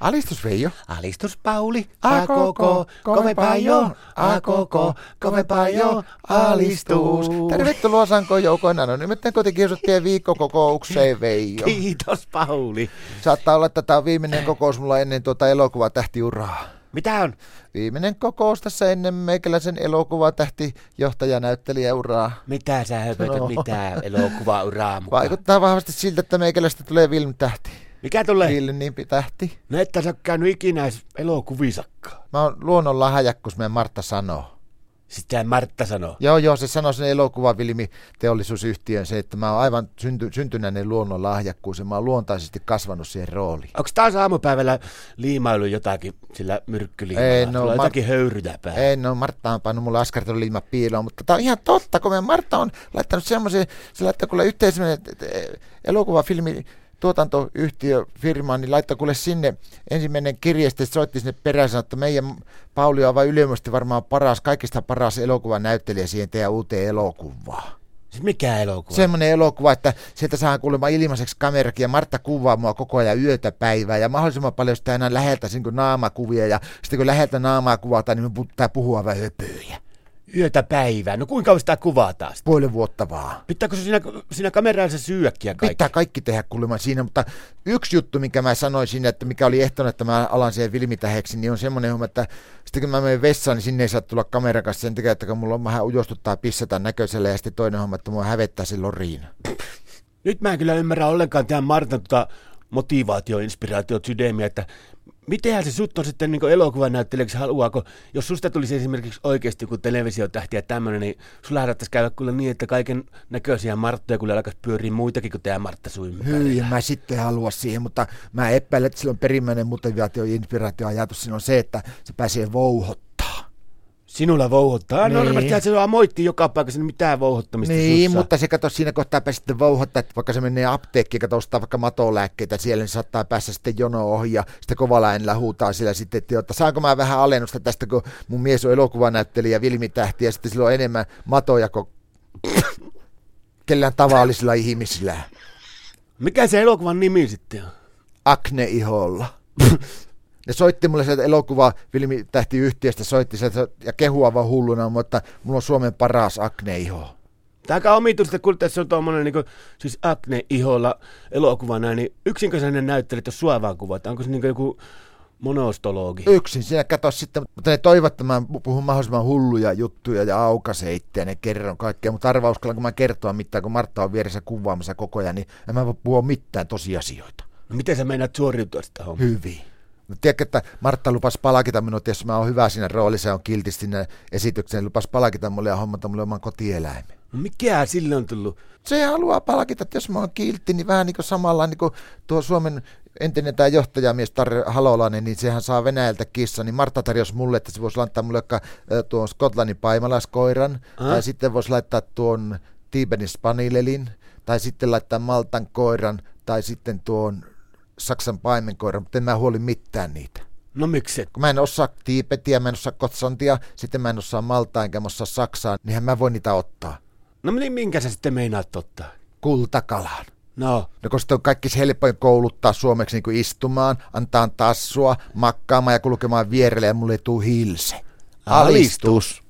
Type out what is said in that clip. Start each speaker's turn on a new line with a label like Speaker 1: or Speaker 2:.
Speaker 1: Alistus Veijo.
Speaker 2: Alistus Pauli,
Speaker 1: A koko, kovempaa jo, A koko, kovempaa jo, alistus. Tervetuloa Sankoon joukoina. No nyt kotikiusattien viikkokokoukseen Veijo.
Speaker 2: Kiitos Pauli.
Speaker 1: Saattaa olla, että tämä on viimeinen kokous mulla ennen tuota elokuvatähtiuraa.
Speaker 2: Mitä on?
Speaker 1: Viimeinen kokous tässä ennen meikäläisen elokuvatähti johtajanäyttelijäuraa.
Speaker 2: Mitä sä höpötät,
Speaker 1: No.
Speaker 2: no. mitä elokuvauraa mukaan?
Speaker 1: Vaikuttaa vahvasti siltä, että meikäläistä tulee Vilm-tähti.
Speaker 2: Mikä tulee?
Speaker 1: Vilnimpi tähti.
Speaker 2: No et sä oo käynyt ikinä edes elokuvisakkaan.
Speaker 1: Mä oon luonnon lahjakkuus, kuten meidän Martta sanoo.
Speaker 2: Sitten Martta sanoo.
Speaker 1: Joo, joo, se sanoi sen elokuvavilmiteollisuusyhtiön se, että mä oon aivan synty, syntynäinen luonnon lahjakkuus ja mä oon luontaisesti kasvanut siihen rooliin.
Speaker 2: Onko taas aamupäivällä liimailu jotakin sillä myrkkyliimalla?
Speaker 1: Ei, no,
Speaker 2: Sulla on
Speaker 1: Mar-
Speaker 2: jotakin höyrytä päällä.
Speaker 1: Ei, no Martta on pannut mulle askartelun liimat piiloon, mutta tää on ihan totta, kun meidän Martta on laittanut semmoisen, se laittaa kuule yhteen semmoinen et- et- elokuvafilmi tuotantoyhtiö firmaan, niin laittoi kuule sinne ensimmäinen kirje, sitten soitti sinne perään, sanoi, että meidän Pauli on aivan ylimusti varmaan paras, kaikista paras elokuvanäyttelijä siihen teidän uuteen elokuvaan.
Speaker 2: Siis mikä elokuva?
Speaker 1: Semmoinen elokuva, että sieltä saa kuulemma ilmaiseksi kamerakin ja Martta kuvaa mua koko ajan yötä päivää ja mahdollisimman paljon sitä aina läheltä niin kuin naamakuvia ja sitten kun läheltä naamaa kuvataan, niin me pitää puhua vähän höpöjä.
Speaker 2: Yötä päivää. No kuinka kauan sitä kuvataan? sitten?
Speaker 1: Puolen vuotta vaan.
Speaker 2: Pitääkö se siinä, siinä kamerassa syökkiä kaikki?
Speaker 1: Pitää kaikki tehdä kuulemma siinä, mutta yksi juttu, minkä mä sanoin sinne, että mikä oli ehtona, että mä alan siihen vilmitäheksi, niin on semmoinen homma, että sitten kun mä menen vessaan, niin sinne ei saa tulla kameran kanssa sen takia, että kun mulla on vähän ujostuttaa pissata näköisellä ja sitten toinen homma, että mua hävettää silloin riina.
Speaker 2: Nyt mä en kyllä ymmärrä ollenkaan tämän Martan tota motivaatio, inspiraatio, sydämiä, että mitenhän se sut on sitten niin elokuvanäyttelijäksi haluaako, jos susta tulisi esimerkiksi oikeasti joku televisiotähti ja tämmöinen, niin sulla saattaisi käydä kyllä niin, että kaiken näköisiä Marttoja kyllä alkaisi pyöriä muitakin kuin tämä Martta sun ympärillä.
Speaker 1: Hyi, en mä sitten halua siihen, mutta mä epäilen, että silloin perimmäinen motivaatio, inspiraatio, ajatus siinä on se, että se pääsee vouhottaa.
Speaker 2: Sinulla vouhottaa. Niin.
Speaker 1: Niin.
Speaker 2: Normaalisti se vaan moitti joka paikassa, niin mitään vouhottamista
Speaker 1: niin,
Speaker 2: sussa.
Speaker 1: mutta se kato siinä kohtaa pääsee sitten vouhottaa, että vaikka se menee apteekkiin, kato ostaa vaikka matolääkkeitä siellä, niin saattaa päästä sitten jono ohi ja sitten kovalla äänellä huutaa siellä sitten, että, että saanko mä vähän alennusta tästä, kun mun mies on elokuvanäyttelijä, vilmitähti ja sitten sillä on enemmän matoja kuin kellään tavallisilla ihmisillä.
Speaker 2: Mikä se elokuvan nimi sitten on?
Speaker 1: akneiholla. Ne soitti mulle sieltä elokuva filmitähtiyhtiöstä, soitti sieltä ja kehua vaan hulluna, mutta mulla on Suomen paras akneiho.
Speaker 2: Tämä on aika omituista, kun tässä on tuommoinen niin siis akne iholla elokuva näin, niin yksinkö sä ne näyttelet, jos sua vaan kuvat? Onko se niin joku monostologi?
Speaker 1: Yksin siinä katso sitten, mutta ne toivat, että mä puhun mahdollisimman hulluja juttuja ja aukase itseäni ja kerron kaikkea, mutta arvaa uskallanko mä kertoa mitään, kun Martta on vieressä kuvaamassa koko ajan, niin en mä voi puhua mitään tosiasioita.
Speaker 2: No, miten sä meinaat suoriutua sitä hommaa?
Speaker 1: Hyvin. No, tiedätkö, että Martta lupas palkita minut, jos mä oon hyvä siinä roolissa ja on kiltisti siinä esityksessä, niin lupas palkita mulle ja hommata mulle oman kotieläimen.
Speaker 2: No, mikä sille on tullut?
Speaker 1: se haluaa palkita, että jos mä oon kiltti, niin vähän niin kuin samalla niin kuin tuo Suomen entinen tämä johtajamies Tarre Halolainen, niin sehän saa Venäjältä kissa, niin Martta tarjosi mulle, että se voisi laittaa mulle joka, ö, tuon Skotlannin paimalaiskoiran,
Speaker 2: Ah.
Speaker 1: tai sitten voisi laittaa tuon Tiibenin spanilelin, tai sitten laittaa Maltan koiran, tai sitten tuon Saksan paimenkoiran, mutta en mä huoli mitään niitä.
Speaker 2: No miksi et?
Speaker 1: Kun mä en osaa Tiipetiä, mä en osaa Kotsantia, sitten mä en osaa Maltaa, enkä mä osaa Saksaa, niinhän mä voin niitä ottaa.
Speaker 2: No niin, minkä sä sitten meinaat ottaa?
Speaker 1: Kultakalan.
Speaker 2: No,
Speaker 1: No kun sitten on kaikki se helpoin kouluttaa suomeksi niin kuin istumaan, antaa tassua, makkaamaan ja kulkemaan vierelle ja mulle ei tuu hilse.
Speaker 2: Alistus.